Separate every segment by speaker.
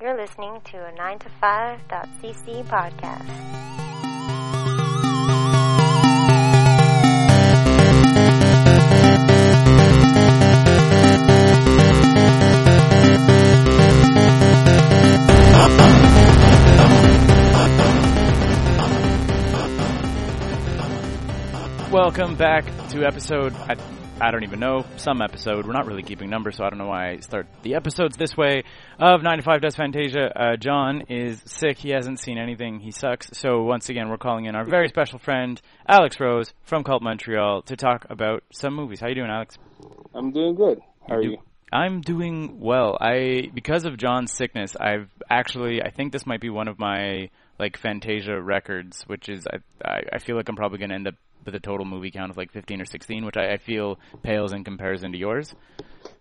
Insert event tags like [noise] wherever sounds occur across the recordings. Speaker 1: You're listening to a 9to5.cc podcast.
Speaker 2: Welcome back to episode. I, I don't even know some episode. We're not really keeping numbers, so I don't know why I start the episodes this way. Of nine to five does Fantasia. Uh, John is sick. He hasn't seen anything. He sucks. So once again, we're calling in our very special friend Alex Rose from Cult Montreal to talk about some movies. How you doing, Alex?
Speaker 3: I'm doing good. How are
Speaker 2: do-
Speaker 3: you?
Speaker 2: I'm doing well. I because of John's sickness, I've actually I think this might be one of my like Fantasia records, which is I I, I feel like I'm probably going to end up with a total movie count of like 15 or 16, which I, I feel pales in comparison to yours.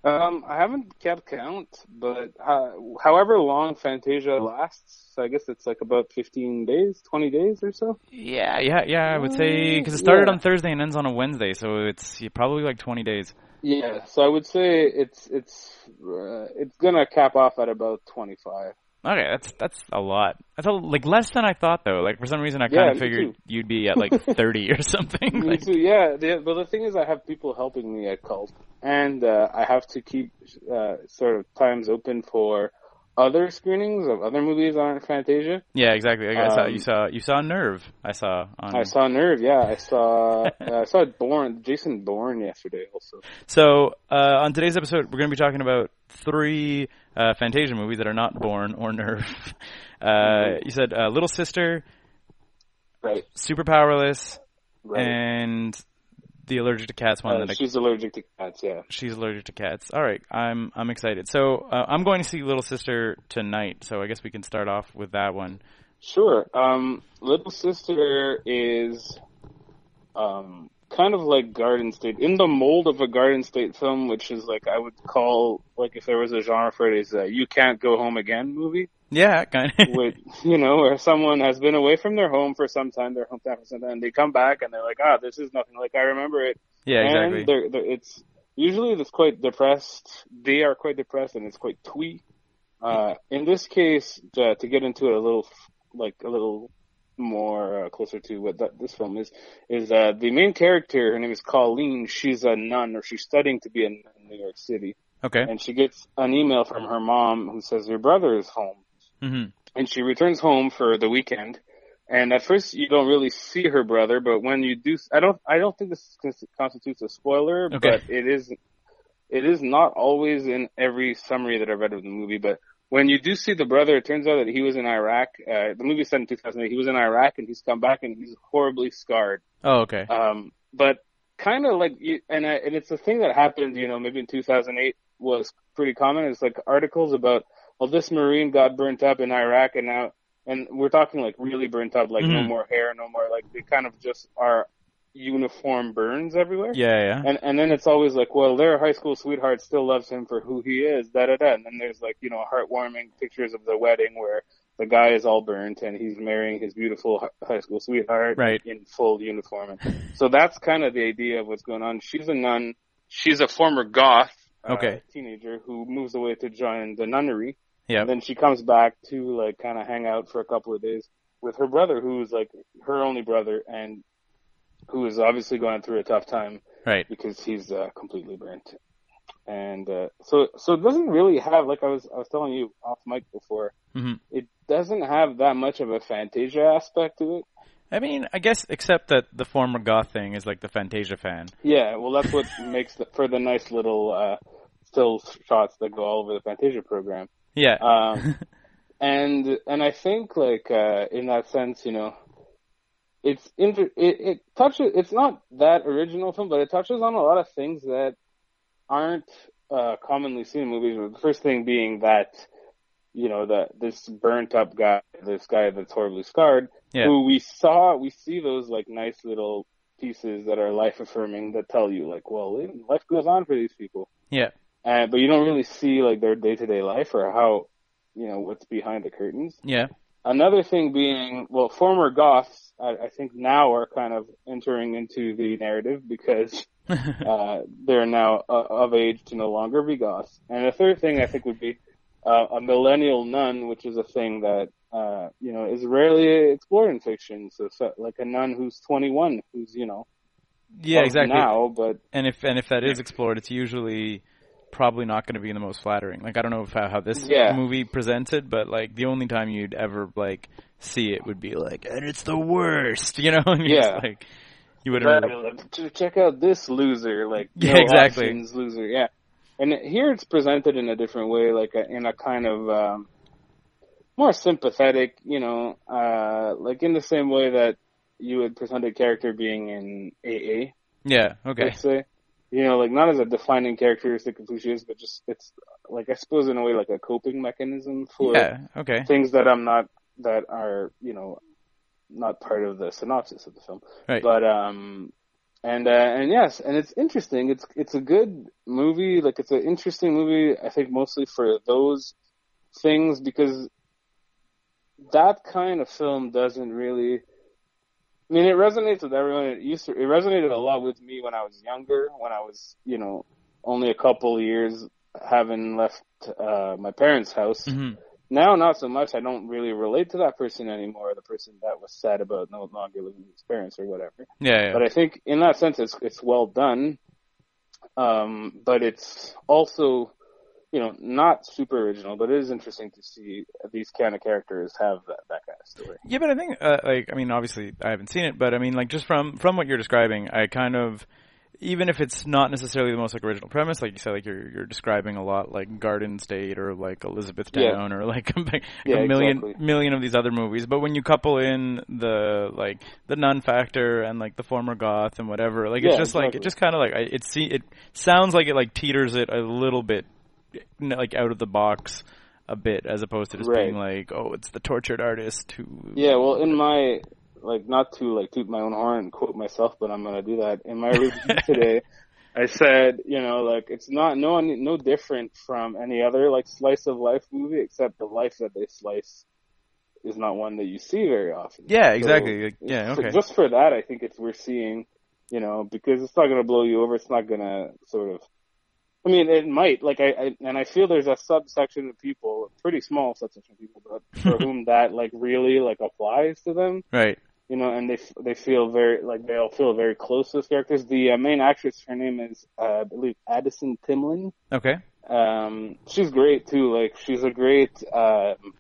Speaker 3: Um, I haven't kept count, but uh, however long Fantasia lasts, so I guess it's like about 15 days, 20 days or so.
Speaker 2: Yeah, yeah, yeah. I would say because it started
Speaker 3: Yeah.
Speaker 2: on Thursday and ends on a Wednesday, so it's yeah, probably like 20 days.
Speaker 3: Yeah, so I would say it's it's uh, it's gonna cap off at about 25.
Speaker 2: Okay, that's that's a lot. That's a, like less than I thought though. Like for some reason, I
Speaker 3: Yeah,
Speaker 2: kind of
Speaker 3: me
Speaker 2: figured
Speaker 3: too.
Speaker 2: you'd be at like
Speaker 3: [laughs]
Speaker 2: 30 or something.
Speaker 3: Me
Speaker 2: like,
Speaker 3: too. Yeah, the, but the thing is, I have people helping me at cult, and uh, I have to keep uh, sort of times open for other screenings of other movies on Fantasia.
Speaker 2: Yeah, exactly. Like I saw you
Speaker 3: Um,
Speaker 2: saw you saw Nerve. I saw on
Speaker 3: I saw Nerve. Yeah, I saw uh, I saw Bourne, Jason Bourne yesterday also.
Speaker 2: So uh, on today's episode, we're going to be talking about three uh, Fantasia movies that are not Born or Nerve. [laughs]
Speaker 3: Mm-hmm.
Speaker 2: Uh, you said uh, Little Sister,
Speaker 3: Right.
Speaker 2: Super Powerless,
Speaker 3: Right.
Speaker 2: and the Allergic to Cats one.
Speaker 3: Uh,
Speaker 2: that I-
Speaker 3: she's allergic to cats. Yeah.
Speaker 2: she's allergic to cats. All right, I'm I'm excited. So uh, I'm going to see Little Sister tonight. So I guess we can start off with that one.
Speaker 3: Sure. Um, Little Sister is um, kind of like Garden State in the mold of a Garden State film, which is like I would call like if there was a genre for it is a "You Can't Go Home Again"
Speaker 2: [laughs]
Speaker 3: movie,
Speaker 2: Yeah, kind of.
Speaker 3: with you know where someone has been away from their home for some time, their hometown for some time, and they come back and they're like, ah, this is nothing like I remember it.
Speaker 2: yeah,
Speaker 3: And
Speaker 2: exactly.
Speaker 3: they're, they're, it's usually it's quite depressed. They are quite depressed, and it's quite twee. Uh, in this case, uh, to get into it a little, f- like a little more uh, closer to what that, this film is, is uh, the main character. Her name is Colleen. She's a nun, or she's studying to be a nun in New York City,
Speaker 2: Okay.
Speaker 3: and she gets an email from her mom who says your brother is home
Speaker 2: hmm
Speaker 3: and she returns home for the weekend. And at first, you don't really see her brother, but when you do, I don't, I don't think this cons- constitutes a spoiler,
Speaker 2: Okay.
Speaker 3: but it is, it is not always in every summary that I read of the movie. But when you do see the brother, it turns out that he was in Iraq. Uh, the movie set in 2008. He was in Iraq, and he's come back, and he's horribly scarred.
Speaker 2: Oh, okay.
Speaker 3: Um, but kind of like, you- and I, and it's a thing that happened, you know, maybe in 2008 was pretty common. It's like articles about, well, this Marine got burnt up in Iraq and now, and we're talking like really burnt up, like no
Speaker 2: Mhm.
Speaker 3: more hair, no more, like they kind of just are uniform burns everywhere.
Speaker 2: Yeah, yeah.
Speaker 3: And and then it's always like, well, their high school sweetheart still loves him for who he is, da da da. And then there's like, you know, heartwarming pictures of the wedding where the guy is all burnt and he's marrying his beautiful hi- high school sweetheart
Speaker 2: Right.
Speaker 3: in full uniform. And so that's kind of the idea of what's going on. She's a nun. She's a former goth. uh,
Speaker 2: Okay.
Speaker 3: teenager who moves away to join the nunnery.
Speaker 2: Yep.
Speaker 3: And then she comes back to like kind of hang out for a couple of days with her brother, who's like her only brother, and who is obviously going through a tough time
Speaker 2: Right.
Speaker 3: because he's uh, completely burnt. And uh, so, so it doesn't really have like I was I was telling you off mic before.
Speaker 2: Mhm.
Speaker 3: It doesn't have that much of a Fantasia aspect to it.
Speaker 2: I mean, I guess except that the former goth thing is like the Fantasia fan.
Speaker 3: Yeah, well, that's what [laughs] makes the, for the nice little uh, still shots that go all over the Fantasia program.
Speaker 2: Yeah.
Speaker 3: Um, and and I think like uh, in that sense, you know, it's inter- it, it touches. It's not that original film, but it touches on a lot of things that aren't uh, commonly seen in movies. The first thing being that you know that this burnt up guy, this guy that's horribly scarred,
Speaker 2: Yeah.
Speaker 3: who we saw, we see those like nice little pieces that are life affirming that tell you like, well, life goes on for these people
Speaker 2: yeah.
Speaker 3: uh, but you don't really see like their day to day life or how you know what's behind the curtains.
Speaker 2: Yeah.
Speaker 3: Another thing being, well, former goths, I, I think now are kind of entering into the narrative
Speaker 2: [laughs]
Speaker 3: because uh, they're now uh, of age to no longer be goths. And the third thing I think would be uh, a millennial nun, which is a thing that uh, you know is rarely explored in fiction. So, so like a nun who's 21, who's you know
Speaker 2: Yeah,
Speaker 3: of
Speaker 2: exactly.
Speaker 3: now, but
Speaker 2: And if and if that is explored, it's usually probably not going to be the most flattering. Like I don't know if how, how this
Speaker 3: Yeah.
Speaker 2: movie presents it, but like the only time you'd ever like see it would be like, and it's the worst, [laughs] you know? And you're just
Speaker 3: Yeah.
Speaker 2: like you would
Speaker 3: Right,
Speaker 2: have.
Speaker 3: like, "Ch- check out this loser, like
Speaker 2: Yeah,
Speaker 3: no
Speaker 2: exactly.
Speaker 3: options loser, yeah. And here it's presented in a different way, like a, in a kind of um, more sympathetic, you know, uh, like in the same way that you would present a character being in AA,
Speaker 2: Yeah. Okay.
Speaker 3: let's say, you know, like not as a defining characteristic of who she is, but just it's like I suppose in a way like a coping mechanism for
Speaker 2: Yeah. Okay.
Speaker 3: things that I'm not that are you know not part of the synopsis of the film.
Speaker 2: Right.
Speaker 3: But um, and uh, and yes, and it's interesting. It's it's a good movie. Like it's an interesting movie. I think mostly for those things because that kind of film doesn't really. I mean, it resonates with everyone. It used to. It resonated a lot with me when I was younger. When I was, you know, only a couple of years having left uh, my parents' house
Speaker 2: hmm
Speaker 3: now not so much. I don't really relate to that person anymore, the person that was sad about no longer living with his parents or whatever.
Speaker 2: Yeah. yeah.
Speaker 3: But I think in that sense, it's it's well done. Um, but it's also, you know, not super original. But it is interesting to see these kind of characters have that, that kind of story.
Speaker 2: Yeah, but I think uh, like I mean, obviously I haven't seen it, but I mean, like just from from what you're describing, I kind of even if it's not necessarily the most like original premise, like you said, like you're you're describing a lot like Garden State or like Elizabethtown or like [laughs] a, like
Speaker 3: Yeah,
Speaker 2: a million
Speaker 3: exactly.
Speaker 2: million of these other movies. But when you couple in the like the nun factor and like the former goth and whatever, like it's
Speaker 3: Yeah,
Speaker 2: just like it
Speaker 3: exactly.
Speaker 2: just kind of like I- it see it sounds like it like teeters it a little bit n- like out of the box a bit as opposed to just
Speaker 3: Right.
Speaker 2: being like oh it's the tortured artist who
Speaker 3: Yeah, well, in my like not to like toot my own horn and quote myself, but I'm gonna do that. In my [laughs] review today, I said, you know, like it's not no no different from any other like slice of life movie, except the life that they slice is not one that you see very often.
Speaker 2: Yeah,
Speaker 3: So,
Speaker 2: exactly. Like, yeah,
Speaker 3: for-
Speaker 2: okay.
Speaker 3: Just for that, I think it's worth seeing, you know, because it's not gonna blow you over. It's not gonna sort of. I mean, it might. Like, I, I and I feel there's a subsection of people, a pretty small subsection of people,
Speaker 2: [laughs]
Speaker 3: but for whom that like really like applies to them
Speaker 2: Right.
Speaker 3: you know, and they f- they feel very like they all feel very close to those characters. The uh, main actress, her name is uh, I believe Addison Timlin.
Speaker 2: Okay.
Speaker 3: Um, she's great too. Like she's a great, um,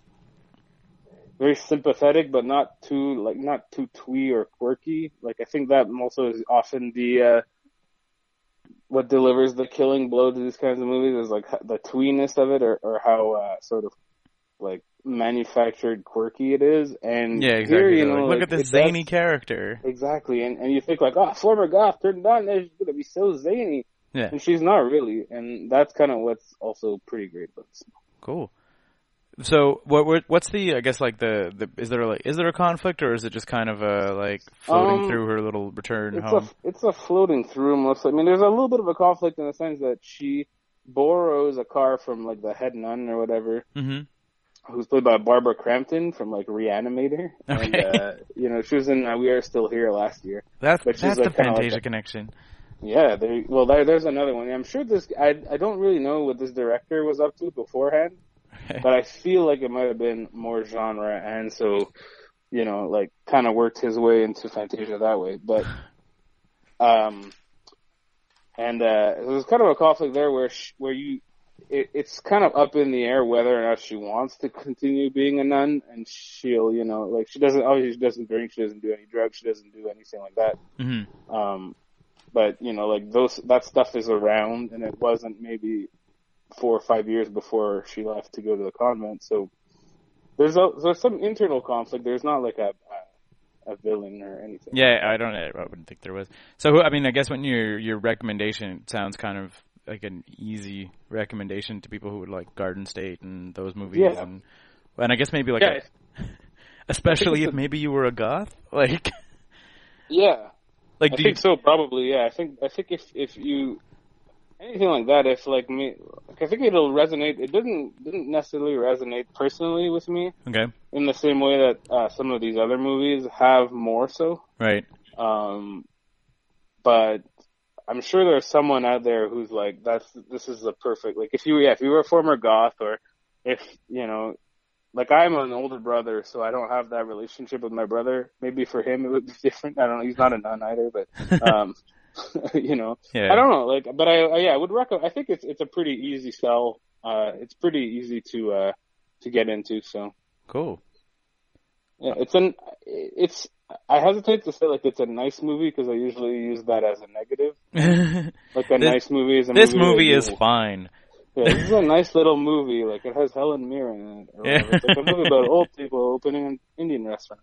Speaker 3: very sympathetic, but not too like not too twee or quirky. Like I think that also is often the uh, what delivers the killing blow to these kinds of movies is like h- the tweeness of it, or or how uh, sort of like manufactured quirky it is. And
Speaker 2: Yeah,
Speaker 3: here,
Speaker 2: exactly. They're
Speaker 3: you
Speaker 2: like,
Speaker 3: know, like,
Speaker 2: Look at
Speaker 3: it
Speaker 2: this
Speaker 3: does-
Speaker 2: zany character.
Speaker 3: Exactly, and and you think like, oh, former goth turned on, they're gonna be so zany,
Speaker 2: Yeah.
Speaker 3: and she's not really, and that's kind of what's also pretty great about this.
Speaker 2: Cool. So what what- what's the I guess like the, the is there like is there a conflict or is it just kind of a like floating
Speaker 3: Um,
Speaker 2: through her little return
Speaker 3: It's
Speaker 2: home?
Speaker 3: a it's a floating through mostly. I mean, there's a little bit of a conflict in the sense that she borrows a car from like the head nun or whatever,
Speaker 2: Mm-hmm.
Speaker 3: who's played by Barbara Crampton from like Reanimator, and
Speaker 2: Okay.
Speaker 3: uh, you know she was in uh, We Are Still Here last year.
Speaker 2: That's
Speaker 3: But she's,
Speaker 2: that's the
Speaker 3: like, kinda like
Speaker 2: Fantasia
Speaker 3: a-
Speaker 2: connection.
Speaker 3: Yeah, there, well, there, there's another one. I'm sure this. I I don't really know what this director was up to beforehand,
Speaker 2: Okay.
Speaker 3: but I feel like it might have been more genre, and so you know, like kind of worked his way into Fantasia that way. But um, and uh, there's kind of a conflict there where sh where you. It, it's kind of up in the air whether or not she wants to continue being a nun, and she'll, you know, like she doesn't obviously she doesn't drink, she doesn't do any drugs, she doesn't do anything like that.
Speaker 2: hmm
Speaker 3: Um, but you know, like those that stuff is around, and it wasn't maybe four or five years before she left to go to the convent. So there's a, there's some internal conflict. There's not like a a, a villain or anything.
Speaker 2: Yeah, I don't. I wouldn't think there was. So who- I mean, I guess when your your recommendation sounds kind of like an easy recommendation to people who would like Garden State and those movies,
Speaker 3: Yeah.
Speaker 2: and and I guess maybe like
Speaker 3: Yeah,
Speaker 2: a-
Speaker 3: it's-
Speaker 2: especially
Speaker 3: [laughs] it's
Speaker 2: if
Speaker 3: a-
Speaker 2: maybe you were a goth, [laughs] like
Speaker 3: yeah.
Speaker 2: like
Speaker 3: I
Speaker 2: do you,
Speaker 3: [laughs] think so. Probably, yeah. I think I think if if you anything like that, if like me, like, I think it'll resonate. It didn't didn't necessarily resonate personally with me
Speaker 2: okay,
Speaker 3: in the same way that uh, some of these other movies have more so.
Speaker 2: right?
Speaker 3: Um, but I'm sure there's someone out there who's like, that's this is the perfect. Like, if you yeah, if you were a former goth or if you know, like I'm an older brother, so I don't have that relationship with my brother. Maybe for him it would be [laughs] different. I don't know. He's not a nun either, but um, [laughs] you know,
Speaker 2: Yeah.
Speaker 3: I don't know. Like, but I, I yeah, I would recommend. I think it's it's a pretty easy sell. Uh, it's pretty easy to uh to get into. So
Speaker 2: Cool. [laughs]
Speaker 3: yeah, it's an it's. I hesitate to say like it's a nice movie because I usually use that as a negative.
Speaker 2: this
Speaker 3: Like a
Speaker 2: This-
Speaker 3: nice movie is a movie that
Speaker 2: movie
Speaker 3: you-
Speaker 2: is fine. [laughs]
Speaker 3: yeah, this is a nice little movie. Like it has Helen Mirren in it. Or
Speaker 2: Yeah.
Speaker 3: whatever. It's like a movie about old people opening an Indian restaurant.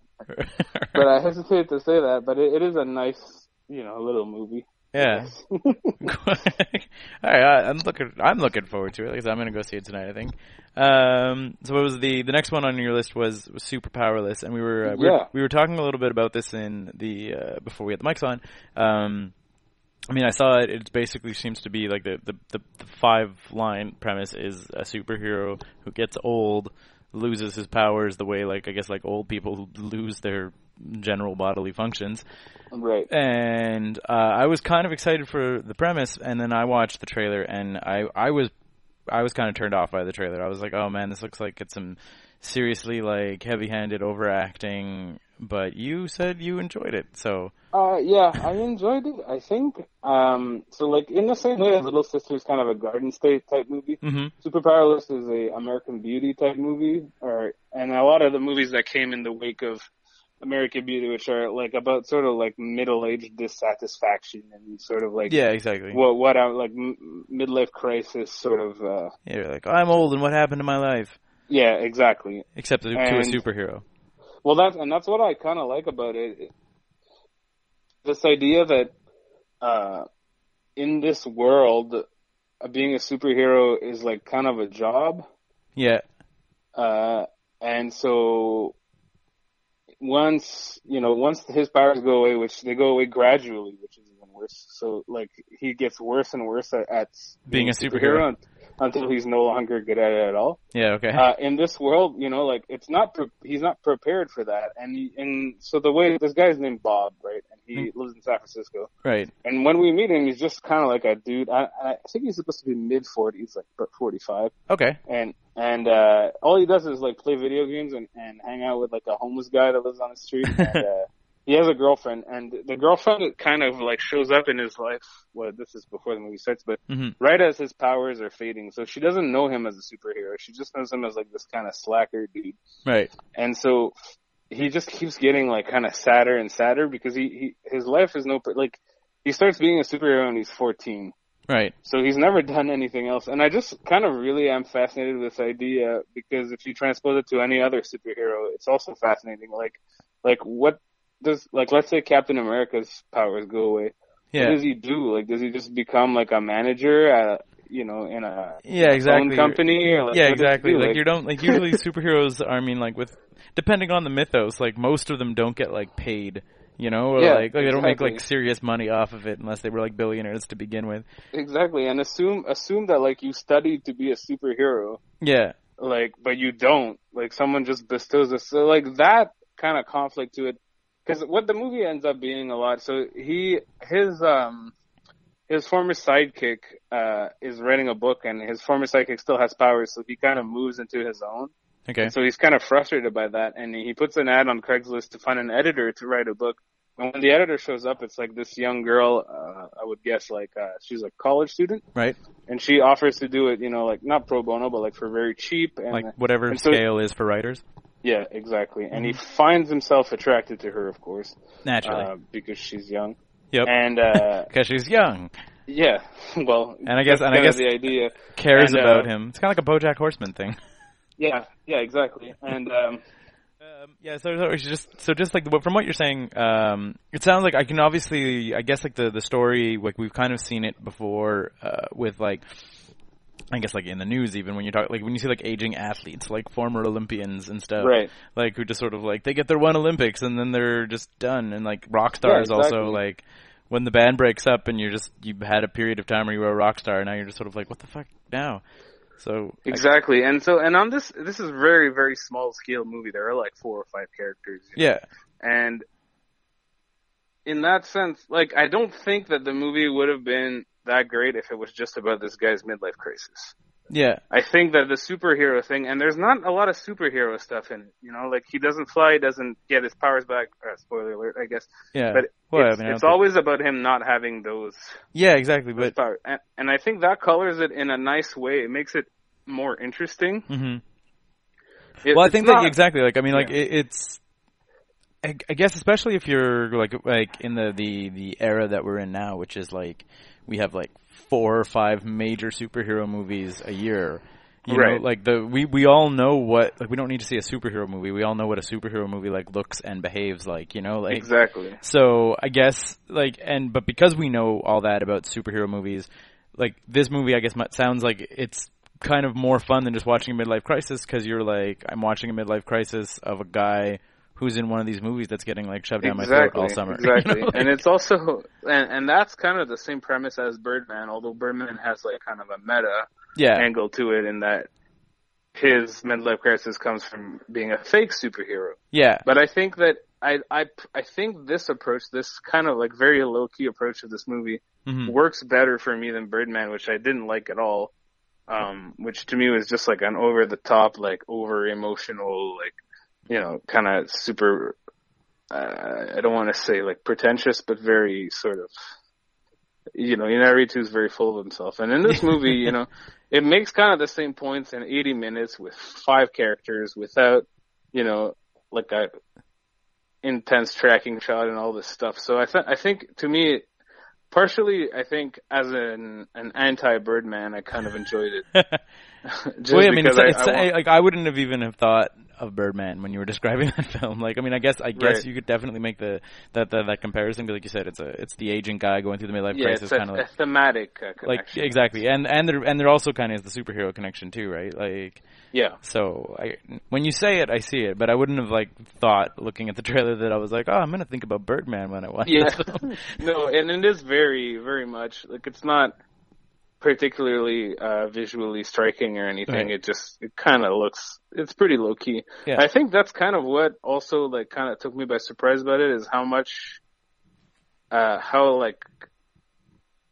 Speaker 3: But I hesitate to say that. But it, it is a nice, you know, little movie.
Speaker 2: yeah. All right, I, I'm looking. I'm looking forward to it. Like I said, I'm going to go see it tonight. I think. Um, so what was the the next one on your list was, was super powerless, and we were, uh, we,
Speaker 3: Yeah.
Speaker 2: were we were talking a little bit about this in the uh, before we had the mics on. Um, I mean, I saw it. It basically seems to be like the the, the, the five line premise is a superhero who gets old, loses his powers the way like I guess like old people lose their general bodily functions
Speaker 3: [laughs] right.
Speaker 2: and uh, I was kind of excited for the premise, and then I watched the trailer, and I I was I was kind of turned off by the trailer. I was like, oh man, this looks like it's some seriously like heavy-handed overacting. But you said you enjoyed it, so
Speaker 3: Uh, yeah, I enjoyed it. I think um, so. Like in the same way as Little Sister is kind of a Garden State type movie.
Speaker 2: hmm
Speaker 3: Super Powerless is a American Beauty type movie, or and a lot of the movies that came in the wake of American Beauty, which are like about sort of like middle aged dissatisfaction and sort of like
Speaker 2: yeah, exactly.
Speaker 3: what what I like m- midlife crisis sort of uh
Speaker 2: Yeah, you're like I'm old, and what happened to my life?
Speaker 3: yeah exactly
Speaker 2: Except to, to a
Speaker 3: And-
Speaker 2: superhero.
Speaker 3: well that's and that's what I kind of like about it this idea that uh in this world uh, being a superhero is like kind of a job
Speaker 2: Yeah,
Speaker 3: uh and so once you know once his powers go away which they go away gradually which is even worse so like he gets worse and worse at, at
Speaker 2: Being a superhero.
Speaker 3: un- until he's no longer good at it at all
Speaker 2: yeah, okay,
Speaker 3: uh, in this world, you know, like it's not pre- he's not prepared for that, and he, and so the way this guy's named Bob, right, and he
Speaker 2: Mm-hmm.
Speaker 3: lives in San Francisco,
Speaker 2: right.
Speaker 3: and when we meet him, he's just kind of like a dude. I, I think he's supposed to be mid forties, like but forty five,
Speaker 2: Okay,
Speaker 3: and and uh, all he does is like play video games and and hang out with like a homeless guy that lives on the street. and, uh, he has a girlfriend, and the girlfriend kind of like shows up in his life. Well, this is before the movie starts, but
Speaker 2: hmm
Speaker 3: right as his powers are fading. So she doesn't know him as a superhero. She just knows him as like this kind of slacker dude.
Speaker 2: right.
Speaker 3: And so he just keeps getting like kind of sadder and sadder because he, he his life is no like he starts being a superhero when he's 14.
Speaker 2: Right.
Speaker 3: So he's never done anything else. And I just kind of really am fascinated with this idea because if you transpose it to any other superhero, it's also fascinating. Like like what does like let's say Captain America's powers go away what
Speaker 2: Yeah.
Speaker 3: does he do? Like, does he just become like a manager at, a- you know, in a
Speaker 2: Yeah. Exactly.
Speaker 3: phone company? Or, like,
Speaker 2: yeah,
Speaker 3: what does he
Speaker 2: exactly.
Speaker 3: do?
Speaker 2: Like, you don't like
Speaker 3: [laughs]
Speaker 2: usually superheroes. I mean, like with depending on the mythos, like most of them don't get like paid. You know, or
Speaker 3: Yeah,
Speaker 2: like, like they don't make
Speaker 3: exactly.
Speaker 2: like serious money off of it unless they were like billionaires to begin with.
Speaker 3: exactly, and assume assume that like you studied to be a superhero,
Speaker 2: Yeah,
Speaker 3: like, but you don't. Like, someone just bestows this. So like that kind of conflict to it, because what the movie ends up being a lot. So he his um. His former sidekick uh, is writing a book, and his former sidekick still has powers, so he kind of moves into his own.
Speaker 2: okay,
Speaker 3: So he's kind of frustrated by that, and he puts an ad on Craigslist to find an editor to write a book. And when the editor shows up, it's like this young girl, uh, I would guess, like uh, she's a college student,
Speaker 2: right.
Speaker 3: and she offers to do it, you know, like not pro bono, but like for very cheap. And
Speaker 2: Like whatever
Speaker 3: and so-
Speaker 2: scale is for writers,
Speaker 3: yeah, exactly. And he finds himself attracted to her, of course,
Speaker 2: Mm-hmm. naturally.
Speaker 3: uh, because she's young.
Speaker 2: yep, [laughs]
Speaker 3: And uh,
Speaker 2: because she's young,
Speaker 3: yeah, [laughs] well,
Speaker 2: And I guess-
Speaker 3: that's
Speaker 2: and I
Speaker 3: kinda
Speaker 2: guess-
Speaker 3: the idea.
Speaker 2: cares
Speaker 3: And, uh,
Speaker 2: about him. It's kind of like a BoJack Horseman thing.
Speaker 3: Yeah, yeah, exactly. And um,
Speaker 2: Um, yeah, so, so it's just so just like what- from what you're saying, um, it sounds like I can obviously, I guess, like the the story, like we've kind of seen it before uh, with like. I guess like in the news even when you talk like when you see like aging athletes like former Olympians and stuff
Speaker 3: Right.
Speaker 2: like who just sort of like they get their one Olympics and then they're just done and like rock stars also
Speaker 3: exactly.
Speaker 2: like when the band breaks up and you're just you had a period of time where you were a rock star and now you're just sort of like what the fuck now so I-
Speaker 3: Exactly, and so and on this, this is very very small scale movie. There are like four or five characters,
Speaker 2: yeah
Speaker 3: and in that sense, like I don't think that the movie would have been that great if it was just about this guy's midlife crisis.
Speaker 2: Yeah.
Speaker 3: I think that the superhero thing, and there's not a lot of superhero stuff in it. You know, like he doesn't fly, doesn't get his powers back. Uh, spoiler alert, I guess.
Speaker 2: Yeah.
Speaker 3: But
Speaker 2: Well, I
Speaker 3: it's,
Speaker 2: mean, I don't
Speaker 3: it's
Speaker 2: think-
Speaker 3: always about him not having those
Speaker 2: Yeah, exactly. But
Speaker 3: powers, and, and I think that colors it in a nice way. It makes it more interesting.
Speaker 2: Mhm.
Speaker 3: It-
Speaker 2: well, I
Speaker 3: it's
Speaker 2: think
Speaker 3: not-
Speaker 2: that exactly. Like, I mean, like
Speaker 3: Yeah.
Speaker 2: it, it's. I, I guess especially if you're like like in the, the the era that we're in now, which is like we have like four or five major superhero movies a year. You
Speaker 3: Right.
Speaker 2: know, like the we we all know what like we don't need to see a superhero movie. We all know what a superhero movie like looks and behaves like. You know, like
Speaker 3: exactly.
Speaker 2: so I guess like and but because we know all that about superhero movies, like this movie, I guess might- sounds like it's kind of more fun than just watching a midlife crisis because you're like I'm watching a midlife crisis of a guy who's in one of these movies that's getting like shoved down my throat all summer. [laughs] you know?
Speaker 3: Exactly. and it's also and, and that's kind of the same premise as Birdman, although Birdman has like kind of a meta
Speaker 2: yeah,
Speaker 3: angle to it in that his midlife crisis comes from being a fake superhero.
Speaker 2: yeah,
Speaker 3: But I think that I I I think this approach, this kind of like very low key approach of this movie,
Speaker 2: hmm
Speaker 3: works better for me than Birdman, which I didn't like at all. Um, which to me was just like an over the top, like over emotional, like you know, kind of super. Uh, I don't want to say like pretentious, but very sort of. You know, Inarritu is very full of himself, and in this movie,
Speaker 2: [laughs]
Speaker 3: you know, it makes kind of the same points in 80 minutes with five characters without, you know, like a intense tracking shot and all this stuff. So I th- I think to me partially I think as an an anti Birdman I kind of enjoyed it.
Speaker 2: [laughs]
Speaker 3: [laughs] Just
Speaker 2: well, yeah, I mean,
Speaker 3: because
Speaker 2: it's, it's,
Speaker 3: I want-
Speaker 2: like I wouldn't have even have thought of Birdman when you were [laughs] describing that film. Like, I mean, I guess I guess
Speaker 3: Right.
Speaker 2: you could definitely make the that that, that comparison because, like you said, it's a it's the aging guy going through the midlife
Speaker 3: yeah,
Speaker 2: crisis,
Speaker 3: it's a,
Speaker 2: kind of like
Speaker 3: a thematic uh, connection.
Speaker 2: like exactly and and there and there also kind of is the superhero connection too right like
Speaker 3: Yeah.
Speaker 2: so I, when you say it i see it but i wouldn't have like thought looking at the trailer that i was like oh i'm gonna think about birdman when i [laughs] watch
Speaker 3: Yeah.
Speaker 2: this film.
Speaker 3: [laughs] No, and it is very very much like it's not particularly uh visually striking or anything.
Speaker 2: Right.
Speaker 3: It just it kind of looks it's pretty low key.
Speaker 2: Yeah.
Speaker 3: I think that's kind of what also like kind of took me by surprise about it is how much uh how like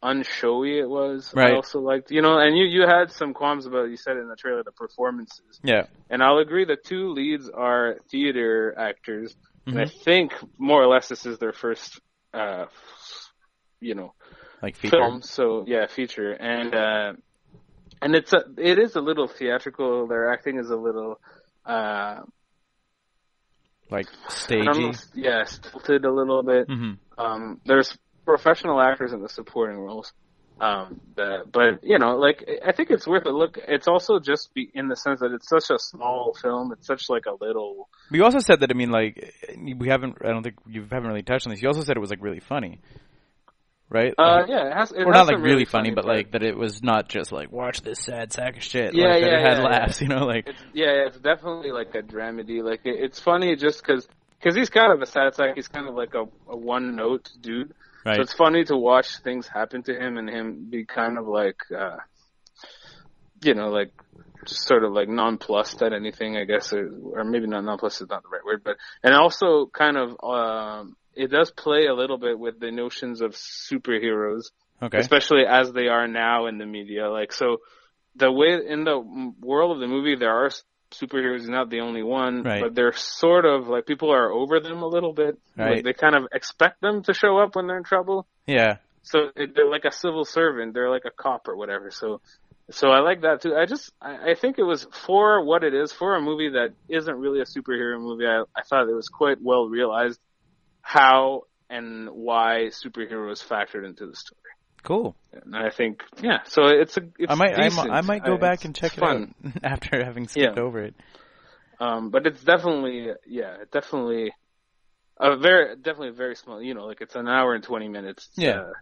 Speaker 3: unshowy it was.
Speaker 2: Right.
Speaker 3: I also liked you know, and you you had some qualms about you said in the trailer the performances.
Speaker 2: yeah
Speaker 3: And I'll agree the two leads are theater actors and I
Speaker 2: Mhm.
Speaker 3: think more or less this is their first uh you know
Speaker 2: like feature.
Speaker 3: film. So yeah, feature and uh, and it's a it is a little theatrical. Their acting is a little uh,
Speaker 2: like
Speaker 3: I don't know,
Speaker 2: stagey
Speaker 3: yeah, stilted a little bit.
Speaker 2: hmm
Speaker 3: Um, there's professional actors in the supporting roles. Um, the, but you know, like I think it's worth a look. It's also just be, in the sense that it's such a small film. It's such like a little
Speaker 2: but you also said that i mean like we haven't i don't think you haven't really touched on this you also said it was like really funny right
Speaker 3: uh,
Speaker 2: Like-
Speaker 3: yeah. It has, it
Speaker 2: or
Speaker 3: has
Speaker 2: not like
Speaker 3: some
Speaker 2: really funny, but
Speaker 3: parts.
Speaker 2: like that it was not just like watch this sad sack of shit.
Speaker 3: Yeah,
Speaker 2: like, that
Speaker 3: yeah,
Speaker 2: it had
Speaker 3: yeah, yeah.
Speaker 2: laughs, you know, like
Speaker 3: It's yeah, it's definitely like a dramedy. Like it, it's funny just because he's kind of a sad sack. He's kind of like a, a one note dude.
Speaker 2: right.
Speaker 3: So it's funny to watch things happen to him and him be kind of like, uh, you know, like just sort of like nonplussed at anything, I guess, or, or maybe not nonplussed is not the right word, but and also kind of um, it does play a little bit with the notions of superheroes
Speaker 2: okay.
Speaker 3: especially as they are now in the media. Like so, the way in the m- world of the movie, there are s- superheroes. Not the only one,
Speaker 2: Right.
Speaker 3: but they're sort of like people are over them a little bit.
Speaker 2: Right.
Speaker 3: Like they kind of expect them to show up when they're in trouble.
Speaker 2: Yeah.
Speaker 3: So it, they're like a civil servant. They're like a cop or whatever. So. So I like that too. I just I I think it was for what it is for a movie that isn't really a superhero movie. I, I thought it was quite well realized how and why superheroes factored into the story.
Speaker 2: Cool.
Speaker 3: And I think, yeah. So it's a. It's
Speaker 2: I might I might,
Speaker 3: decent.
Speaker 2: I might
Speaker 3: Uh,
Speaker 2: go back
Speaker 3: it's-
Speaker 2: and check
Speaker 3: it's
Speaker 2: it
Speaker 3: fun.
Speaker 2: out [laughs] after having skipped
Speaker 3: Yeah.
Speaker 2: over it. [laughs]
Speaker 3: Um, but it's definitely, yeah, it definitely a very, definitely very small. You know, like it's an hour and twenty minutes. It's,
Speaker 2: Yeah.
Speaker 3: uh,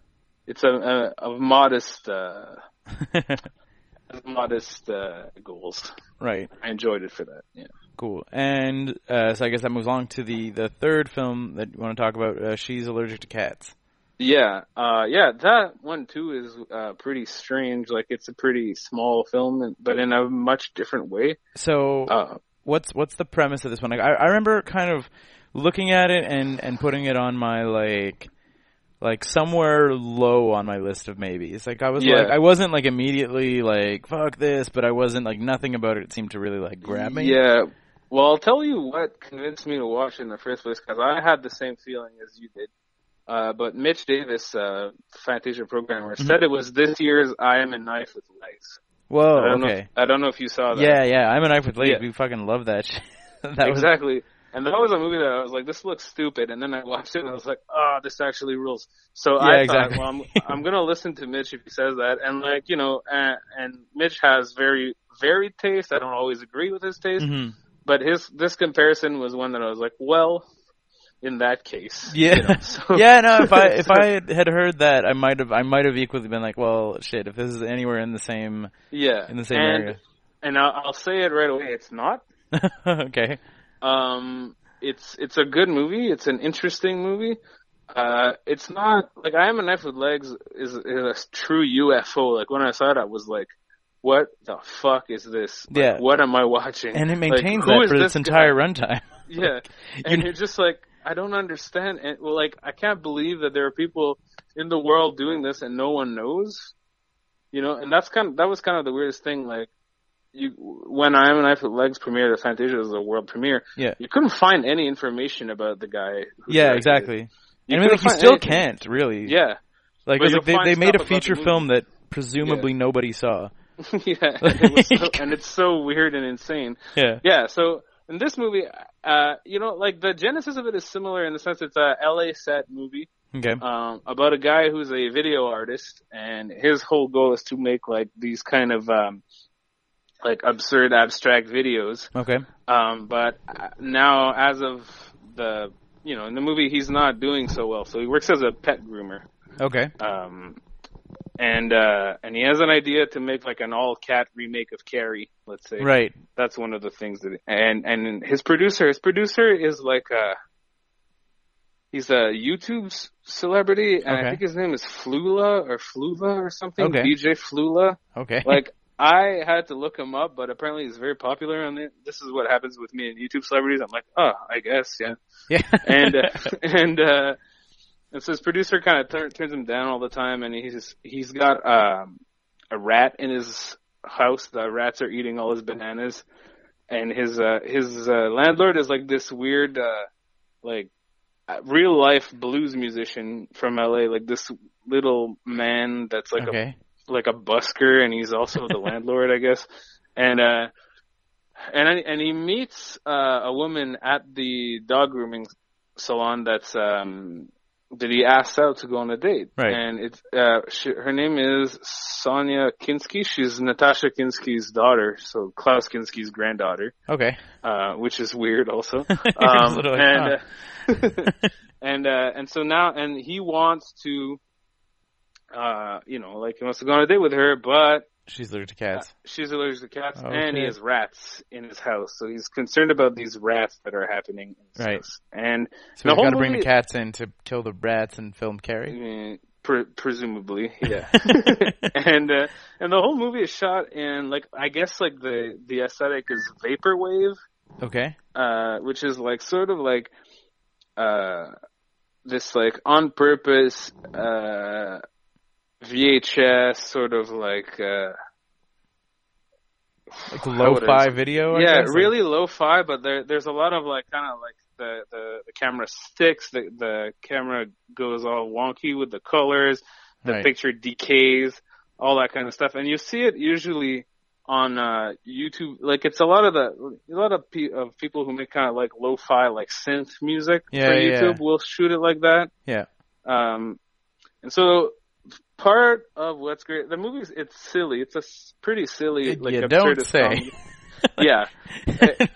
Speaker 3: it's a, a, a modest, uh, modest uh, goals.
Speaker 2: right.
Speaker 3: I enjoyed it for that. Yeah.
Speaker 2: Cool. And uh, so I guess that moves on to the the third film that you want to talk about. Uh, She's allergic to cats.
Speaker 3: Yeah, uh, yeah, that one too is uh, pretty strange. Like it's a pretty small film, and- but in a much different way.
Speaker 2: So
Speaker 3: Uh,
Speaker 2: what's what's the premise of this one? Like, I I remember kind of looking at it and and putting it on my like like somewhere low on my list of maybes. Like I was
Speaker 3: Yeah.
Speaker 2: like I wasn't like immediately like fuck this, but I wasn't like nothing about it seemed to really like grab me.
Speaker 3: Yeah. Well, I'll tell you what convinced me to watch it in the first place because I had the same feeling as you did. Uh, but Mitch Davis, uh, Fantasia programmer,
Speaker 2: Mm-hmm.
Speaker 3: said it was this year's I Am a Knife with Legs. I
Speaker 2: Whoa.
Speaker 3: don't Know if,
Speaker 2: Oh, Okay.
Speaker 3: I don't know if you saw that.
Speaker 2: Yeah. Yeah. I'm a knife with legs.
Speaker 3: Yeah.
Speaker 2: We fucking love that. [laughs] Shit. that was
Speaker 3: exactly. and that was a movie that I was like, this looks stupid. And then I watched it and I was like, oh, this actually rules. So I
Speaker 2: Yeah,
Speaker 3: thought,
Speaker 2: exactly.
Speaker 3: well, I'm, I'm going to listen to Mitch if he says that. And like, you know, and, and Mitch has very varied taste. I don't always agree with his taste.
Speaker 2: Mhm.
Speaker 3: but his this comparison was one that I was like, well, in that case,
Speaker 2: Yeah.
Speaker 3: [laughs] you know, [laughs] so-
Speaker 2: yeah, no. If I if I had- had heard that, I might have I might have equally been like, well, shit. If this is anywhere in the same [laughs]
Speaker 3: yeah,
Speaker 2: in the same
Speaker 3: and, And I'll, I'll say it right away, it's not.
Speaker 2: area. okay.
Speaker 3: Um, it's it's a good movie. It's an interesting movie. Uh, it's not like I am a knife with legs is, is a true UFO. Like when I saw it, I was like, what the fuck is this? Like,
Speaker 2: Yeah.
Speaker 3: what am I watching?
Speaker 2: And it
Speaker 3: Like,
Speaker 2: maintains
Speaker 3: who
Speaker 2: that
Speaker 3: is
Speaker 2: for its
Speaker 3: this guy?
Speaker 2: entire
Speaker 3: [laughs]
Speaker 2: runtime. [laughs]
Speaker 3: Yeah,
Speaker 2: you
Speaker 3: and
Speaker 2: know-
Speaker 3: you're just like, I don't understand. And well, like, I can't believe that there are people in the world doing this and no one knows. You know, and that's kind of that was kind of the weirdest thing. Like, you when I Am an Knife with Legs premiere, the Fantasia was a world premiere.
Speaker 2: Yeah.
Speaker 3: you couldn't find any information about the guy. who
Speaker 2: Yeah,
Speaker 3: directed it.
Speaker 2: exactly.
Speaker 3: You
Speaker 2: I mean, like
Speaker 3: couldn't
Speaker 2: you
Speaker 3: find
Speaker 2: still
Speaker 3: anything.
Speaker 2: can't really.
Speaker 3: Yeah, [laughs]
Speaker 2: Like,
Speaker 3: But
Speaker 2: it's
Speaker 3: you'll
Speaker 2: like they,
Speaker 3: find
Speaker 2: they made a
Speaker 3: stuff about the
Speaker 2: feature
Speaker 3: movie.
Speaker 2: film that presumably nobody saw. [laughs]
Speaker 3: yeah, it was so, and it's so weird and insane.
Speaker 2: Yeah.
Speaker 3: Yeah, so in this movie, uh, you know, like the genesis of it is similar in the sense it's a LA set movie.
Speaker 2: Okay.
Speaker 3: um, about a guy who's a video artist, and his whole goal is to make like these kind of um, like absurd abstract videos.
Speaker 2: Okay.
Speaker 3: Um, but uh, now, as of the you know in the movie, he's not doing so well, so he works as a pet groomer,
Speaker 2: Okay.
Speaker 3: um, and uh, and he has an idea to make like an all cat remake of Carrie, let's say
Speaker 2: Right.
Speaker 3: that's one of the things that and and his producer his producer is like a he's a YouTube s- celebrity and
Speaker 2: Okay.
Speaker 3: I think his name is Flula or Flula or something
Speaker 2: Okay.
Speaker 3: DJ Flula
Speaker 2: Okay.
Speaker 3: like [laughs] I had to look him up but apparently he's very popular on it this is what happens with me and YouTube celebrities I'm like oh I guess yeah
Speaker 2: [laughs] yeah.
Speaker 3: and uh, and uh, and so his producer kind of tur- turns him down all the time, and he's he's got um, a rat in his house. The rats are eating all his bananas, and his uh, his uh, landlord is like this weird uh, like uh, real life blues musician from LA, like this little man that's like a
Speaker 2: okay.
Speaker 3: like a busker and he's also
Speaker 2: [laughs]
Speaker 3: the landlord, I guess. And uh and and he meets uh, a woman at the dog grooming salon that's um that he asks out to go on a date.
Speaker 2: Right.
Speaker 3: And it's uh she, her name is Sonia Kinsky. She's Natasha Kinsky's daughter, so Klaus Kinsky's granddaughter
Speaker 2: Okay.
Speaker 3: uh, which is
Speaker 2: [laughs]
Speaker 3: weird also.
Speaker 2: was
Speaker 3: Um,
Speaker 2: literally,
Speaker 3: and uh, and uh, and so now and he wants to, uh, you know, like he wants to go on a date with her, but
Speaker 2: [laughs] She's allergic to cats.
Speaker 3: she's allergic to cats
Speaker 2: Oh,
Speaker 3: and he
Speaker 2: shit.
Speaker 3: has rats in his house, so he's concerned about these rats that are happening. In his
Speaker 2: Right.
Speaker 3: house. and
Speaker 2: So we've
Speaker 3: the whole
Speaker 2: got to bring the
Speaker 3: movie-
Speaker 2: cats in to kill the rats and film Carrie.
Speaker 3: eh, pre- presumably, yeah. [laughs] and uh, and the whole movie is shot in like I guess like the the aesthetic is vaporwave.
Speaker 2: [laughs] okay.
Speaker 3: uh, which is like sort of like uh, this like on purpose uh, VHS sort of like uh,
Speaker 2: Like
Speaker 3: How would
Speaker 2: lo-fi
Speaker 3: I-
Speaker 2: video. I
Speaker 3: yeah,
Speaker 2: guess?
Speaker 3: really lo-fi, but there there's a lot of like kind of like the, the the camera sticks, the the camera goes all wonky with the colors,
Speaker 2: [laughs]
Speaker 3: the
Speaker 2: Right.
Speaker 3: picture decays, all that kind of stuff, and you see it usually on uh YouTube. Like it's a lot of the a lot of pe- of people who make kind of like lo-fi like synth music
Speaker 2: Yeah,
Speaker 3: for
Speaker 2: yeah.
Speaker 3: YouTube will shoot it like that.
Speaker 2: Yeah.
Speaker 3: Um, and so part of what's great, the movie's it's silly. It's a s- pretty silly,
Speaker 2: It-
Speaker 3: like
Speaker 2: you
Speaker 3: absurdist
Speaker 2: don't say.
Speaker 3: comedy. yeah, eh.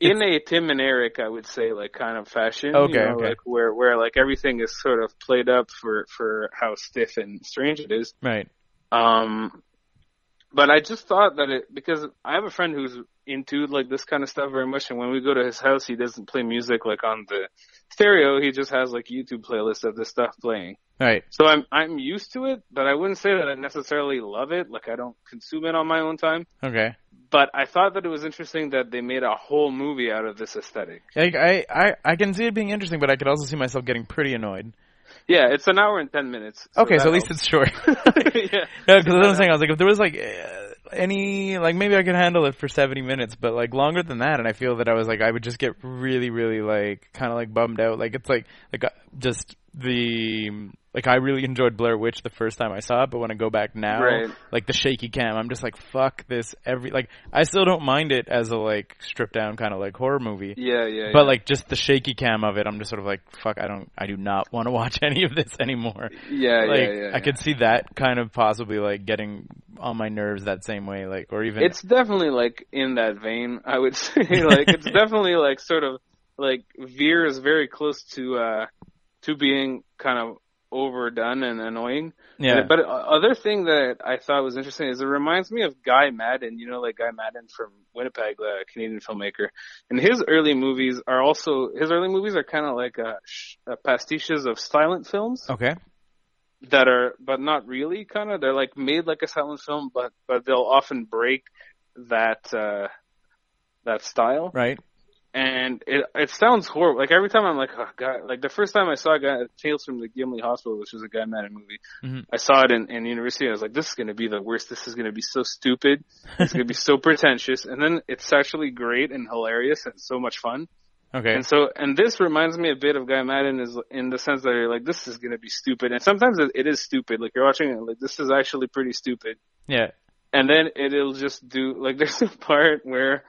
Speaker 3: in a Tim and Eric, I would say, like kind of fashion. you
Speaker 2: Okay,
Speaker 3: know,
Speaker 2: okay.
Speaker 3: Like where where like everything is sort of played up for for how stiff and strange it is.
Speaker 2: right.
Speaker 3: Um, but I just thought that it because I have a friend who's into like this kind of stuff very much, and when we go to his house, he doesn't play music like on the stereo. He just has like YouTube playlists of this stuff playing.
Speaker 2: Right.
Speaker 3: So I'm I'm used to it, but I wouldn't say that I necessarily love it. Like I don't consume it on my own time.
Speaker 2: Okay.
Speaker 3: But I thought that it was interesting that they made a whole movie out of this aesthetic.
Speaker 2: Like I, I, I can see it being interesting, but I could also see myself getting pretty annoyed.
Speaker 3: Yeah, it's an hour and ten minutes.
Speaker 2: okay, so
Speaker 3: that
Speaker 2: at least
Speaker 3: helps.
Speaker 2: it's short.
Speaker 3: [laughs]
Speaker 2: [laughs]
Speaker 3: yeah.
Speaker 2: Yeah, because that's what I'm saying. I was like, if there was like eh, any, like maybe I could handle it for 70 minutes, but like longer than that, and I feel that I was like, I would just get really, really like kind of like bummed out. Like it's like like uh, just the like I really enjoyed Blair Witch the first time I saw it, but when I go back now,
Speaker 3: Right.
Speaker 2: like the shaky cam, I'm just like, fuck this. Every like I still don't mind it as a like stripped down kind of like horror movie.
Speaker 3: Yeah, yeah.
Speaker 2: But
Speaker 3: yeah.
Speaker 2: like just the shaky cam of it, I'm just sort of like, fuck, I don't, I do not want to [laughs] watch any of this anymore
Speaker 3: yeah,
Speaker 2: like
Speaker 3: yeah, yeah.
Speaker 2: I could see that kind of possibly like getting on my nerves that same way, like or even
Speaker 3: It's definitely like in that vein, I would [laughs] say.
Speaker 2: [laughs]
Speaker 3: like it's definitely like sort of like Veer is very close to uh to being kind of overdone and annoying.
Speaker 2: yeah,
Speaker 3: But o- other thing that I thought was interesting is it reminds me of Guy Madden, you know, like Guy Madden from Winnipeg, the Canadian filmmaker. And his early movies are also his early movies are kind of like uh, sh- uh, pastiches of silent films
Speaker 2: okay,
Speaker 3: that are but not really kind of they're like made like a silent film but but they'll often break that uh that style
Speaker 2: right,
Speaker 3: and it it sounds horrible like every time i'm like oh god like the first time i saw guy tales from the gimli hospital which was a guy madden movie
Speaker 2: Mhm.
Speaker 3: i saw it in, in university i was like this is going to be the worst this is going to be so stupid it's going to be so pretentious and then it's actually great and hilarious and so much fun
Speaker 2: okay,
Speaker 3: and so, and this reminds me a bit of Guy Madden is in the sense that you're like, this is gonna be stupid. And sometimes it, it is stupid. Like you're watching it, like this is actually pretty stupid.
Speaker 2: yeah,
Speaker 3: And then it'll just do like [laughs] there's a part where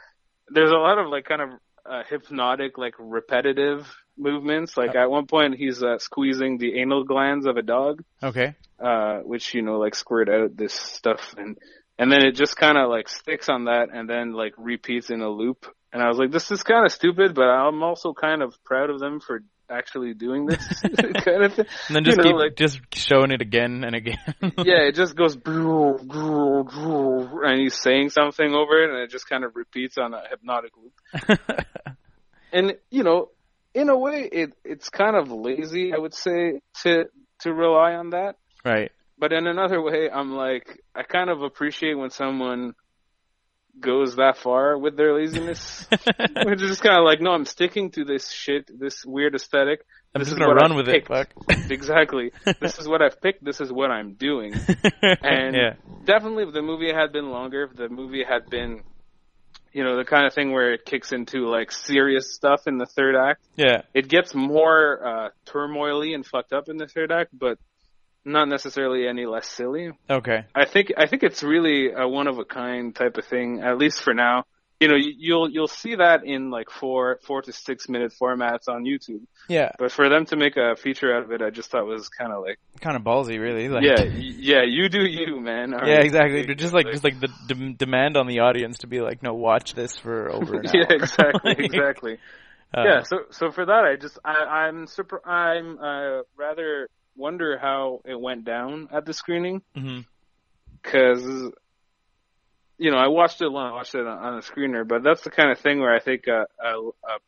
Speaker 3: there's a lot of like kind of uh, hypnotic, like repetitive movements. Like at one point he's uh, squeezing the anal glands of a dog,
Speaker 2: okay,
Speaker 3: uh, which you know like squirt out this stuff, and and then it just kind of like sticks on that, and then like repeats in a loop. And I was like, this is kind of stupid, but I'm also kind of proud of them for actually doing this [laughs] kind of thing.
Speaker 2: and then just
Speaker 3: you know,
Speaker 2: keep
Speaker 3: like
Speaker 2: just showing it again [laughs] and again.
Speaker 3: yeah, it just goes "Brew, brew, brew," and he's saying something over it, and it just kind of repeats on a hypnotic loop. and you know, in a way, it it's kind of lazy, I would say, to to rely on that. [laughs]
Speaker 2: right,
Speaker 3: But in another way, I'm like, I kind of appreciate when someone goes that far with their laziness. Which is just kind of like, no, I'm sticking to this shit, this weird aesthetic.
Speaker 2: I'm
Speaker 3: This
Speaker 2: just
Speaker 3: is
Speaker 2: gonna
Speaker 3: what
Speaker 2: run
Speaker 3: I've
Speaker 2: with
Speaker 3: picked.
Speaker 2: it. Fuck,
Speaker 3: Exactly. this is what I've picked. This is what I'm doing. [laughs] And
Speaker 2: yeah,
Speaker 3: definitely, if the movie had been longer, if the movie had been, you know, the kind of thing where it kicks into like serious stuff in the third act,
Speaker 2: yeah,
Speaker 3: it gets more uh, turmoily and fucked up in the third act, but not necessarily any less silly.
Speaker 2: okay,
Speaker 3: I think I think it's really a one of a kind type of thing, at least for now. You know, you, you'll you'll see that in like four four to six minute formats on YouTube.
Speaker 2: yeah,
Speaker 3: But for them to make a feature out of it, I just thought was kind of like,
Speaker 2: kind of ballsy, really. Like,
Speaker 3: yeah, y- yeah, you do you, man. All
Speaker 2: [laughs] Yeah,
Speaker 3: right.
Speaker 2: exactly. But Just like just like the dem demand on the audience to be like, no, watch this for over an hour.
Speaker 3: [laughs] yeah, exactly,
Speaker 2: Like,
Speaker 3: exactly.
Speaker 2: uh,
Speaker 3: yeah, so so for that, I just I, I'm surprised. I'm uh, rather wonder how it went down at the screening.
Speaker 2: mhm.
Speaker 3: because you know I watched it alone, I watched it on, on a screener, but that's the kind of thing where I think a, a, a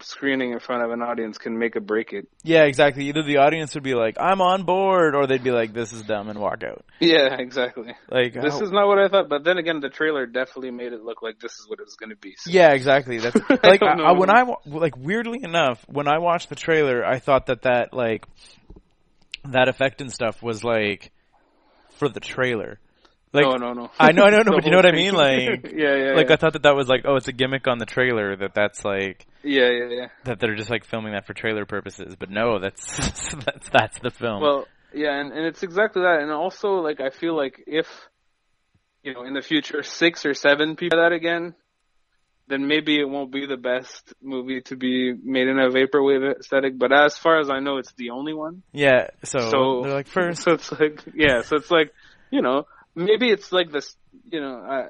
Speaker 3: screening in front of an audience can make or break it.
Speaker 2: yeah, exactly. Either the audience would be like, I'm on board, or they'd be like, this is dumb and walk out.
Speaker 3: Yeah, exactly.
Speaker 2: Like
Speaker 3: This
Speaker 2: how-
Speaker 3: is not what I thought, but then again, the trailer definitely made it look like this is what it was going to be. So-
Speaker 2: Yeah, exactly.
Speaker 3: [laughs]
Speaker 2: That's
Speaker 3: I
Speaker 2: like I
Speaker 3: don't
Speaker 2: I-
Speaker 3: know.
Speaker 2: when I wa- like weirdly enough, when I watched the trailer, I thought that that like that effect and stuff was like for the trailer. Like
Speaker 3: Oh, no, no, no.
Speaker 2: I know, I
Speaker 3: [laughs]
Speaker 2: know,
Speaker 3: The
Speaker 2: but you know
Speaker 3: whole
Speaker 2: what I
Speaker 3: thing.
Speaker 2: mean? Like-
Speaker 3: [laughs] yeah, yeah,
Speaker 2: like
Speaker 3: yeah.
Speaker 2: I thought that that was like oh, it's a gimmick on the trailer that that's like
Speaker 3: yeah, yeah, yeah.
Speaker 2: that they're just like filming that for trailer purposes. But no, that's [laughs] that's that's the film.
Speaker 3: Well, yeah, and, and it's exactly that. And also, like, I feel like if, you know, in the future, six or seven people do that again, then maybe it won't be the best movie to be made in a vaporwave aesthetic. But as far as I know, it's the only one.
Speaker 2: yeah. So,
Speaker 3: So
Speaker 2: they're
Speaker 3: [laughs]
Speaker 2: like first.
Speaker 3: So it's like, yeah, so it's like, you know, maybe it's like this, you know, I,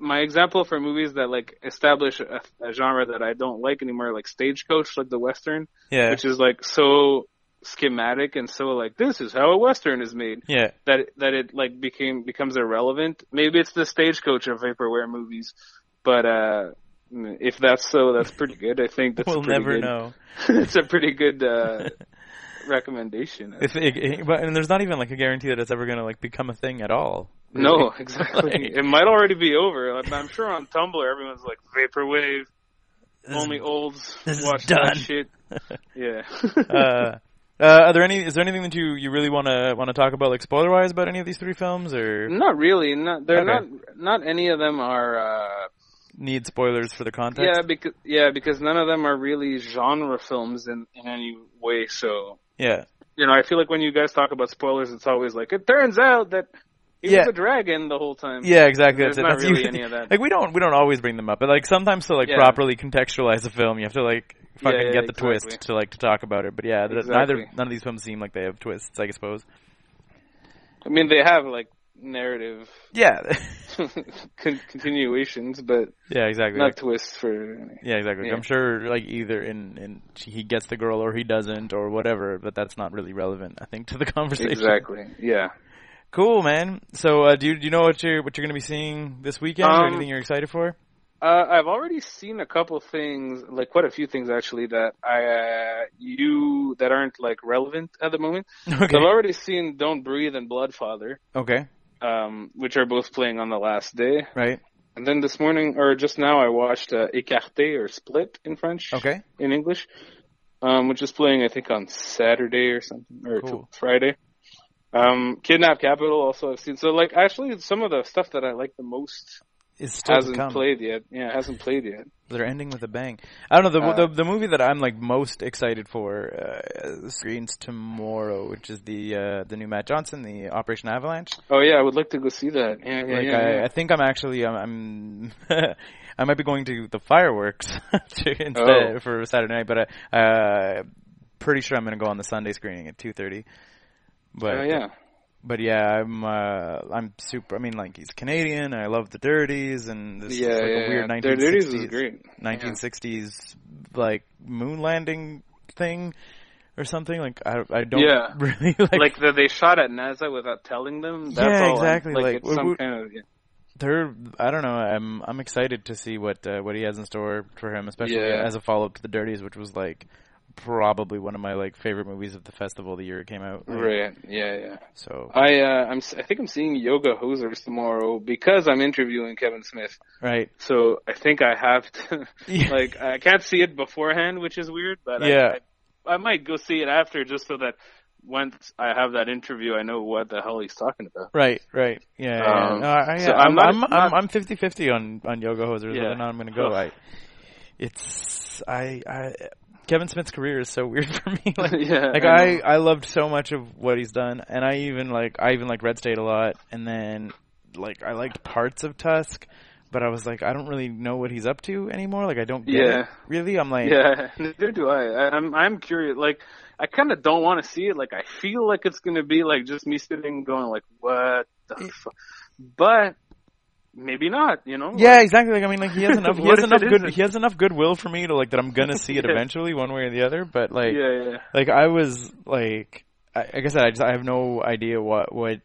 Speaker 3: my example for movies that like establish a, a genre that I don't like anymore, like Stagecoach, like the Western,
Speaker 2: Yeah.
Speaker 3: which is like so schematic and so like this is how a Western is made
Speaker 2: Yeah.
Speaker 3: that that it like became becomes irrelevant. Maybe it's the stagecoach of vaporware movies, but uh, if that's so, that's pretty good. I think that's a
Speaker 2: We'll
Speaker 3: pretty
Speaker 2: never
Speaker 3: good-
Speaker 2: know.
Speaker 3: [laughs] it's a pretty
Speaker 2: [laughs]
Speaker 3: good uh, recommendation.
Speaker 2: If it, it- but and there's not even like a guarantee that it's ever gonna like become a thing at all.
Speaker 3: No, [laughs] exactly.
Speaker 2: Like-
Speaker 3: it might already be over. Like, I'm sure on Tumblr everyone's like vaporwave.
Speaker 2: This is
Speaker 3: Only olds
Speaker 2: this is [laughs]
Speaker 3: watch
Speaker 2: done.
Speaker 3: that shit. Yeah.
Speaker 2: uh, Uh, are there any? Is there anything that you, you really want to want to talk about, like spoiler wise, about any of these three films, or
Speaker 3: Not really. Not they're
Speaker 2: Okay.
Speaker 3: not. Not any of them are. Uh,
Speaker 2: need spoilers for the context?
Speaker 3: yeah, because yeah, because none of them are really genre films in in any way. So
Speaker 2: Yeah.
Speaker 3: you know, I feel like when you guys talk about spoilers, it's always like it turns out that he
Speaker 2: Yeah.
Speaker 3: was a dragon the whole time.
Speaker 2: Yeah, exactly.
Speaker 3: There's
Speaker 2: that's it.
Speaker 3: not
Speaker 2: That's
Speaker 3: really
Speaker 2: you-
Speaker 3: any of that.
Speaker 2: Like we don't we don't always bring them up, but like sometimes to like
Speaker 3: Yeah.
Speaker 2: properly contextualize a film, you have to like
Speaker 3: Yeah,
Speaker 2: fucking
Speaker 3: yeah,
Speaker 2: get the twist
Speaker 3: exactly.
Speaker 2: to like to talk about it. But yeah, th- neither
Speaker 3: Exactly.
Speaker 2: none of these films seem like they have twists. I suppose.
Speaker 3: I mean, they have like narrative [laughs]
Speaker 2: Yeah. [laughs]
Speaker 3: con- continuations, but
Speaker 2: yeah. Exactly.
Speaker 3: not twists for.
Speaker 2: yeah. Exactly.
Speaker 3: yeah.
Speaker 2: I'm sure like either in in he gets the girl or he doesn't or whatever, but that's not really relevant. I think to the [laughs] conversation.
Speaker 3: Exactly. Yeah.
Speaker 2: Cool, man. So uh, do you do you know what you're what you're gonna be seeing this weekend or
Speaker 3: Um,
Speaker 2: anything you're excited for? [laughs]
Speaker 3: Uh, I've already seen a couple things, like quite a few things actually, that I uh, you that aren't like relevant at the moment.
Speaker 2: Okay.
Speaker 3: I've already seen Don't Breathe and Bloodfather,
Speaker 2: Okay.
Speaker 3: um, which are both playing on the last day.
Speaker 2: Right.
Speaker 3: And then this morning, or just now, I watched uh, Écarté or Split in French,
Speaker 2: Okay.
Speaker 3: in English, um, which is playing I think on Saturday or something or
Speaker 2: Cool.
Speaker 3: t- Friday. Um, Kidnap Capital also I've seen. So like actually some of the stuff that I like the most
Speaker 2: It's still to
Speaker 3: hasn't
Speaker 2: come.
Speaker 3: played yet. Yeah, hasn't played yet.
Speaker 2: They're ending with a bang. I don't know the
Speaker 3: Uh,
Speaker 2: the, the movie that I'm like most excited for uh, screens tomorrow, which is the uh, the new Matt Johnson, the Operation Avalanche.
Speaker 3: Oh yeah, I would like to go see that. Yeah, yeah,
Speaker 2: like
Speaker 3: yeah,
Speaker 2: I,
Speaker 3: yeah.
Speaker 2: I think I'm actually I'm, I'm [laughs] I might be going to the fireworks [laughs] to- instead
Speaker 3: Oh.
Speaker 2: for Saturday night, but I uh, pretty sure I'm going to go on the Sunday screening at two thirty. But
Speaker 3: Oh, yeah.
Speaker 2: but yeah, I'm uh, I'm super. I mean, like he's Canadian. I love the Dirties, and this
Speaker 3: yeah,
Speaker 2: is like
Speaker 3: yeah,
Speaker 2: a weird
Speaker 3: yeah.
Speaker 2: 1960s.
Speaker 3: Their Dirties is great.
Speaker 2: 1960s like moon landing thing or something like I, I don't
Speaker 3: Yeah.
Speaker 2: [laughs] really
Speaker 3: Like,
Speaker 2: like,
Speaker 3: that they shot at NASA without telling them. That's
Speaker 2: Yeah,
Speaker 3: all I'm-
Speaker 2: exactly,
Speaker 3: Like,
Speaker 2: like,
Speaker 3: it's
Speaker 2: we-
Speaker 3: some
Speaker 2: we-
Speaker 3: kind of yeah.
Speaker 2: they're I don't know I'm I'm excited to see what uh, what he has in store for him especially
Speaker 3: Yeah.
Speaker 2: as a follow up to the Dirties which was like probably one of my like favorite movies of the festival the year it came out like,
Speaker 3: right. Yeah, yeah.
Speaker 2: so
Speaker 3: I uh, I'm s- I think I'm seeing Yoga Hosers tomorrow because I'm interviewing Kevin Smith.
Speaker 2: right [laughs]
Speaker 3: So I think I have to [laughs]
Speaker 2: Yeah.
Speaker 3: like I can't see it beforehand, which is weird, but I-
Speaker 2: Yeah.
Speaker 3: I, I might go see it after just so that once I have that interview, I know what the hell he's talking about. [laughs]
Speaker 2: right right yeah, yeah.
Speaker 3: Um,
Speaker 2: No, I,
Speaker 3: so
Speaker 2: am
Speaker 3: I'm not-
Speaker 2: I'm, I'm
Speaker 3: not-
Speaker 2: I'm 50-50 on on Yoga Hosers
Speaker 3: Yeah.
Speaker 2: whether or not I'm going to go
Speaker 3: Ugh.
Speaker 2: I it's I I Kevin Smith's career is so weird [laughs] for me like
Speaker 3: yeah,
Speaker 2: [laughs] like
Speaker 3: I
Speaker 2: I,
Speaker 3: know.
Speaker 2: I loved so much of what he's done and i even like i even like red state a lot and then like i liked parts of tusk but i was like i don't really know what he's up to anymore like i don't get
Speaker 3: Yeah.
Speaker 2: it really i'm like
Speaker 3: yeah, [laughs] neither do I. I I'm I'm curious. Like I kind of don't want to see it. Like I feel like it's gonna be like just me sitting going like what the fuck, but maybe not. You know?
Speaker 2: Yeah,
Speaker 3: Like,
Speaker 2: exactly. Like I mean, like
Speaker 3: [laughs]
Speaker 2: he has enough. He
Speaker 3: What
Speaker 2: has
Speaker 3: if
Speaker 2: enough
Speaker 3: it
Speaker 2: good.
Speaker 3: isn't?
Speaker 2: He has enough goodwill for me to like that. I'm gonna see it
Speaker 3: [laughs] Yeah.
Speaker 2: eventually, one way or the other. But like,
Speaker 3: yeah, yeah.
Speaker 2: like I was like, I, like I said, I just I have no idea what what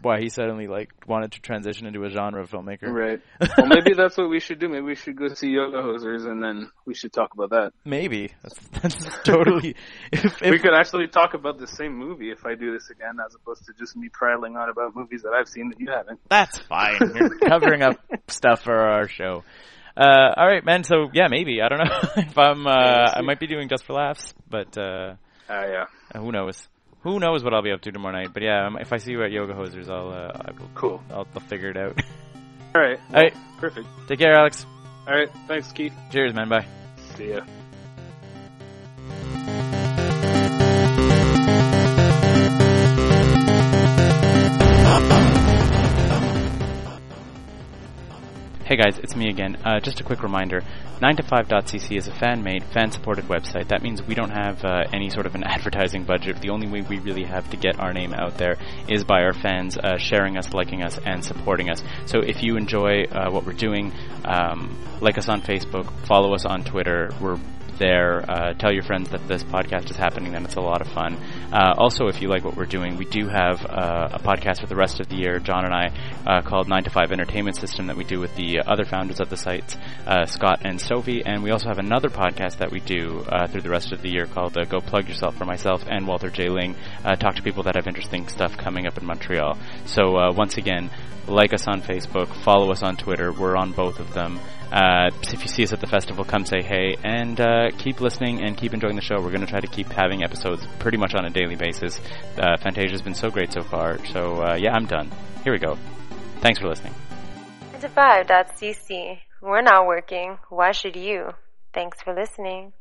Speaker 2: why he suddenly like wanted to transition into a genre filmmaker.
Speaker 3: Right. [laughs] Well, maybe that's what we should do. Maybe we should go see Yoga Hosers and then we should talk about that.
Speaker 2: Maybe that's that's [laughs] totally. If,
Speaker 3: we
Speaker 2: if,
Speaker 3: could actually talk about the same movie if I do this again, as opposed to just me prattling on about movies that I've seen that you haven't.
Speaker 2: That's fine. You're covering up stuff for our show. Uh, all right, man. So yeah, maybe I don't know [laughs] if I'm. Uh, I might be doing just for laughs, but uh,
Speaker 3: Ah, yeah.
Speaker 2: who knows? Who knows what I'll be up to tomorrow night? But yeah, um, if I see you at Yoga Hosers, I'll. Uh, I will,
Speaker 3: Cool.
Speaker 2: I'll, I'll figure it out. [laughs]
Speaker 3: All right.
Speaker 2: all right,
Speaker 3: Perfect.
Speaker 2: take care, Alex.
Speaker 3: All right. Thanks, Keith.
Speaker 2: Cheers, man. Bye.
Speaker 3: See ya.
Speaker 2: Hey guys, it's me again. Uh, just a quick reminder 9to5.cc is a fan made, fan supported website. That means we don't have uh, any sort of an [laughs] advertising budget. The only way we really have to get our name out there is by our fans uh, sharing us, liking us, and supporting us. So if you enjoy uh, what we're doing, um, like us on Facebook, follow us on Twitter. We're there. Uh, tell your friends that this podcast is happening, and it's a lot of fun. Uh, also, if you like what we're doing, we do have uh, a podcast for the rest of the year, John and I, uh, called 9 to 5 Entertainment System that we do with the other founders of the sites, uh, Scott and Sophie. And we also have another podcast that we do uh, through the rest of the year called uh, Go Plug Yourself for myself and Walter J. Ling. Uh, talk to people that have interesting stuff coming up in Montreal. So, uh, once again, like us on Facebook, follow us on Twitter. We're on both of them Uh, if you see us at the festival, come say hey and uh, keep listening and keep enjoying the show. We're going to try to keep having episodes pretty much on a daily basis. Uh, Fantasia's been so great so far. So, uh, yeah, I'm done. Here we go. Thanks for listening.
Speaker 1: 9to5.cc. We're not working. Why should you? Thanks for listening.